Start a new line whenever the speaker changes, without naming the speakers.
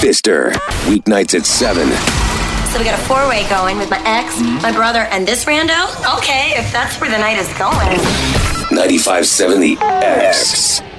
Fister. Weeknights at 7.
So we got a four way going with my ex, my brother, and this rando? Okay, if that's where the night is going.
95.7 The X.